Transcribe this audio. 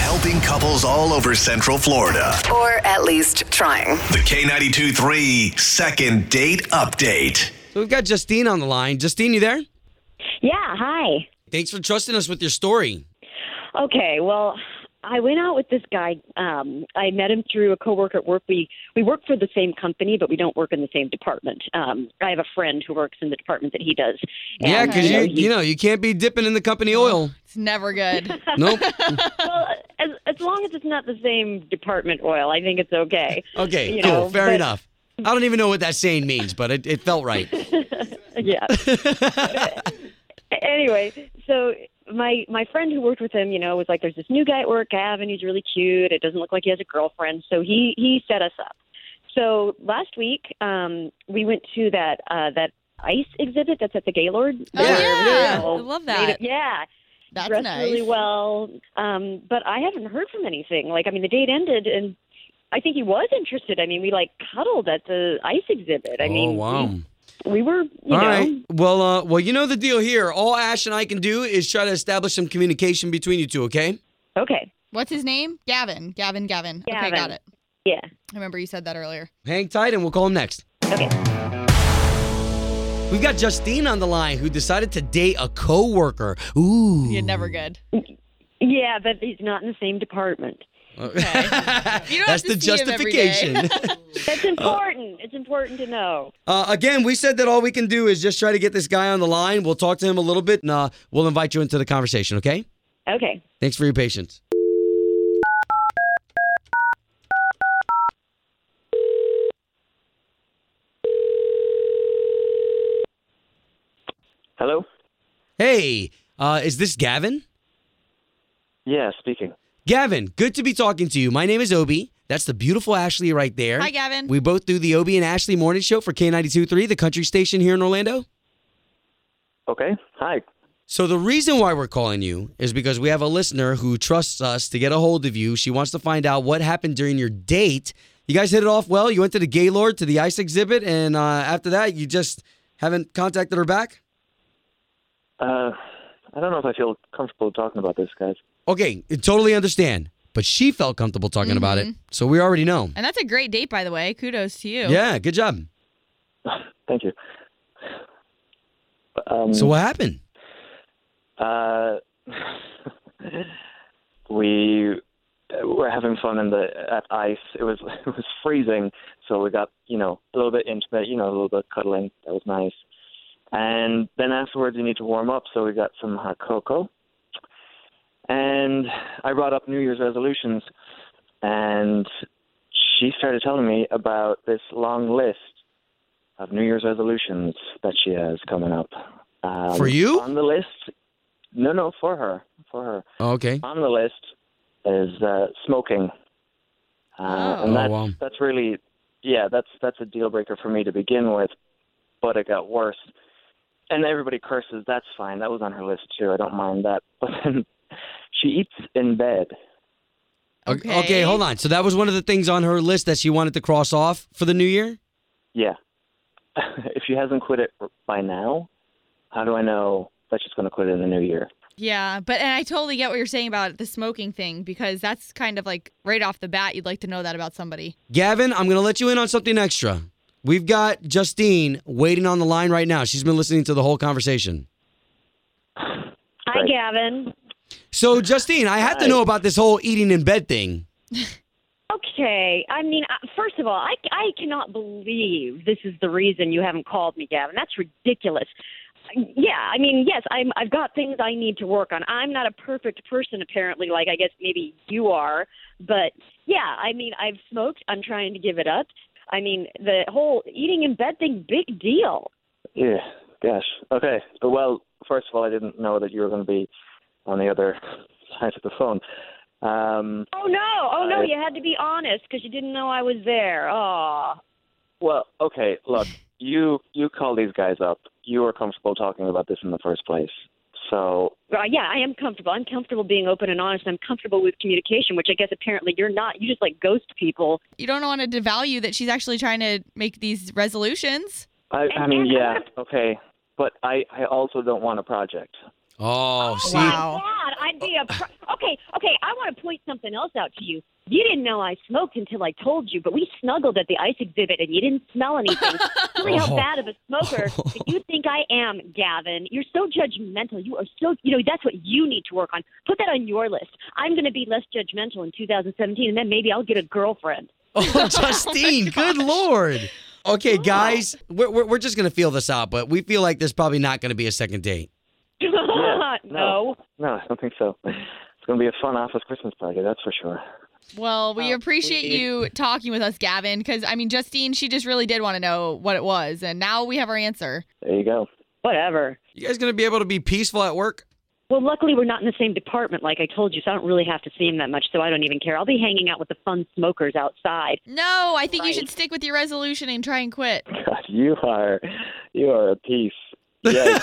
Helping couples all over Central Florida. Or at least trying. The K92 3 Second Date Update. So we've got Justine on the line. Justine, you there? Yeah, hi. Thanks for trusting us with your story. Okay, well, I went out with this guy. Um, I met him through a coworker at work. We we work for the same company, but we don't work in the same department. Um, I have a friend who works in the department that he does. And, Yeah, 'cause yeah, know, because you he- you know you can't be dipping in the company oil. It's never good. Nope. well, as as long as it's not the same department oil, I think it's okay. Okay, You cool, know, fair but- enough. I don't even know what that saying means, but it, it felt right. yeah. anyway, so my my friend who worked with him, you know, was like, "There's this new guy at work, Gav, and he's really cute. It doesn't look like he has a girlfriend." So he he set us up. So last week, um, we went to that uh, that ice exhibit that's at the Gaylord. Oh, They're, yeah. you know, I love made that. of- yeah, That's dressed nice. really well. Um, but I haven't heard from anything. Like, I mean, the date ended, and I think he was interested. I mean, we like cuddled at the ice exhibit. I oh mean, wow. we, we were, you All know, right. Well, uh, well, you know the deal here. All Ash and I can do is try to establish some communication between you two. Okay. okay, What's his name? Gavin. Gavin. Gavin. Okay, got Gavin. it. yeah. I remember you said that earlier. Hang tight, and we'll call him next. Okay. We've got Justine on the line who decided to date a coworker. Ooh. You're never good. Yeah, but he's not in the same department. Okay. You don't That's have to the see him every justification. That's important. it's important to know. uh, again, we said that all we can do is just try to get this guy on the line. We'll talk to him a little bit, and uh, we'll invite you into the conversation. Okay. Okay. Thanks for your patience. Hello? Hey, uh, is this Gavin? Yeah, speaking. Gavin, good to be talking to you. My name is Obi. That's the beautiful Ashley right there. Hi, Gavin. We both do the Obi and Ashley morning show for K92.3, the country station here in Orlando. Okay. Hi. So, the reason why we're calling you is because we have a listener who trusts us to get a hold of you. She wants to find out what happened during your date. You guys hit it off well. You went to the Gaylord to the ice exhibit, and uh, after that, you just haven't contacted her back? Uh, I don't know if I feel comfortable talking about this, guys. Okay, totally understand. But she felt comfortable talking about it. So, we already know. And that's a great date, by the way. Kudos to you. Yeah, good job. Thank you. Um, So, what happened? uh, we uh, were having fun in the at ice. It was it was freezing, so we got you know a little bit intimate, you know a little bit cuddling. That was nice. And then afterwards, you need to warm up, so we got some hot cocoa. And I brought up New Year's resolutions, and she started telling me about this long list of New Year's resolutions that she has coming up. Um, For you? On the list, no, no, for her, for her. Oh, okay. On the list is uh, smoking, uh, Oh. and that's Oh, wow. that's really, yeah, that's that's a deal breaker for me to begin with. But it got worse, and everybody curses. That's fine. That was on her list too. I don't mind that. But then she eats in bed. okay. Okay, hold on. So that was one of the things on her list that she wanted to cross off for the new year? Yeah. if she hasn't quit it by now, how do I know that she's going to quit it in the new year? Yeah, but and I totally get what you're saying about the smoking thing because that's kind of like right off the bat, you'd like to know that about somebody. Gavin, I'm going to let you in on something extra. We've got Justine waiting on the line right now. She's been listening to the whole conversation. Hi, Right. Gavin. So, Justine, I have to Hi. know about this whole eating in bed thing. Okay. I mean, uh, first of all, I, I cannot believe this is the reason you haven't called me, Gavin. That's ridiculous. Yeah, I mean, yes, I'm, I've got things I need to work on. I'm not a perfect person, apparently, like I guess maybe you are. But yeah, I mean, I've smoked. I'm trying to give it up. I mean, the whole eating in bed thing, big deal. Yeah, gosh. Okay. Well, first of all, I didn't know that you were going to be on the other side of the phone. Um, Oh no! Oh no! I- You had to be honest because you didn't know I was there. Oh, Well, okay, look, you you call these guys up. You are comfortable talking about this in the first place. So Well, yeah, I am comfortable. I'm comfortable being open and honest. I'm comfortable with communication, which I guess apparently you're not. You just like ghost people. You don't want to devalue that she's actually trying to make these resolutions. I, I And- mean, and- yeah, okay, but I I also don't want a project. Oh, see, Wow. God, I'd be a pro- okay. Okay, I want to point something else out to you. You didn't know I smoked until I told you, but we snuggled at the ice exhibit and you didn't smell anything. really, how Oh. bad of a smoker that you think I am, Gavin? You're so judgmental. You are so you know that's what you need to work on. Put that on your list. I'm going to be less judgmental in 2017, and then maybe I'll get a girlfriend. Oh, Justine, good lord. Okay, guys, we're, we're, we're just going to feel this out, but we feel like there's probably not going to be a second date. Yeah, no. No, I don't think so. It's going to be a fun office Christmas party, that's for sure. Well, we Oh, appreciate indeed. you talking with us, Gavin, because I mean, Justine, she just really did want to know what it was, and now we have our answer. There you go. Whatever. You guys going to be able to be peaceful at work? Well, luckily we're not in the same department, like I told you, so I don't really have to see him that much, so I don't even care. I'll be hanging out with the fun smokers outside. No, I think you should Right. stick with your resolution and try and quit. God, you are you are a piece. Yes.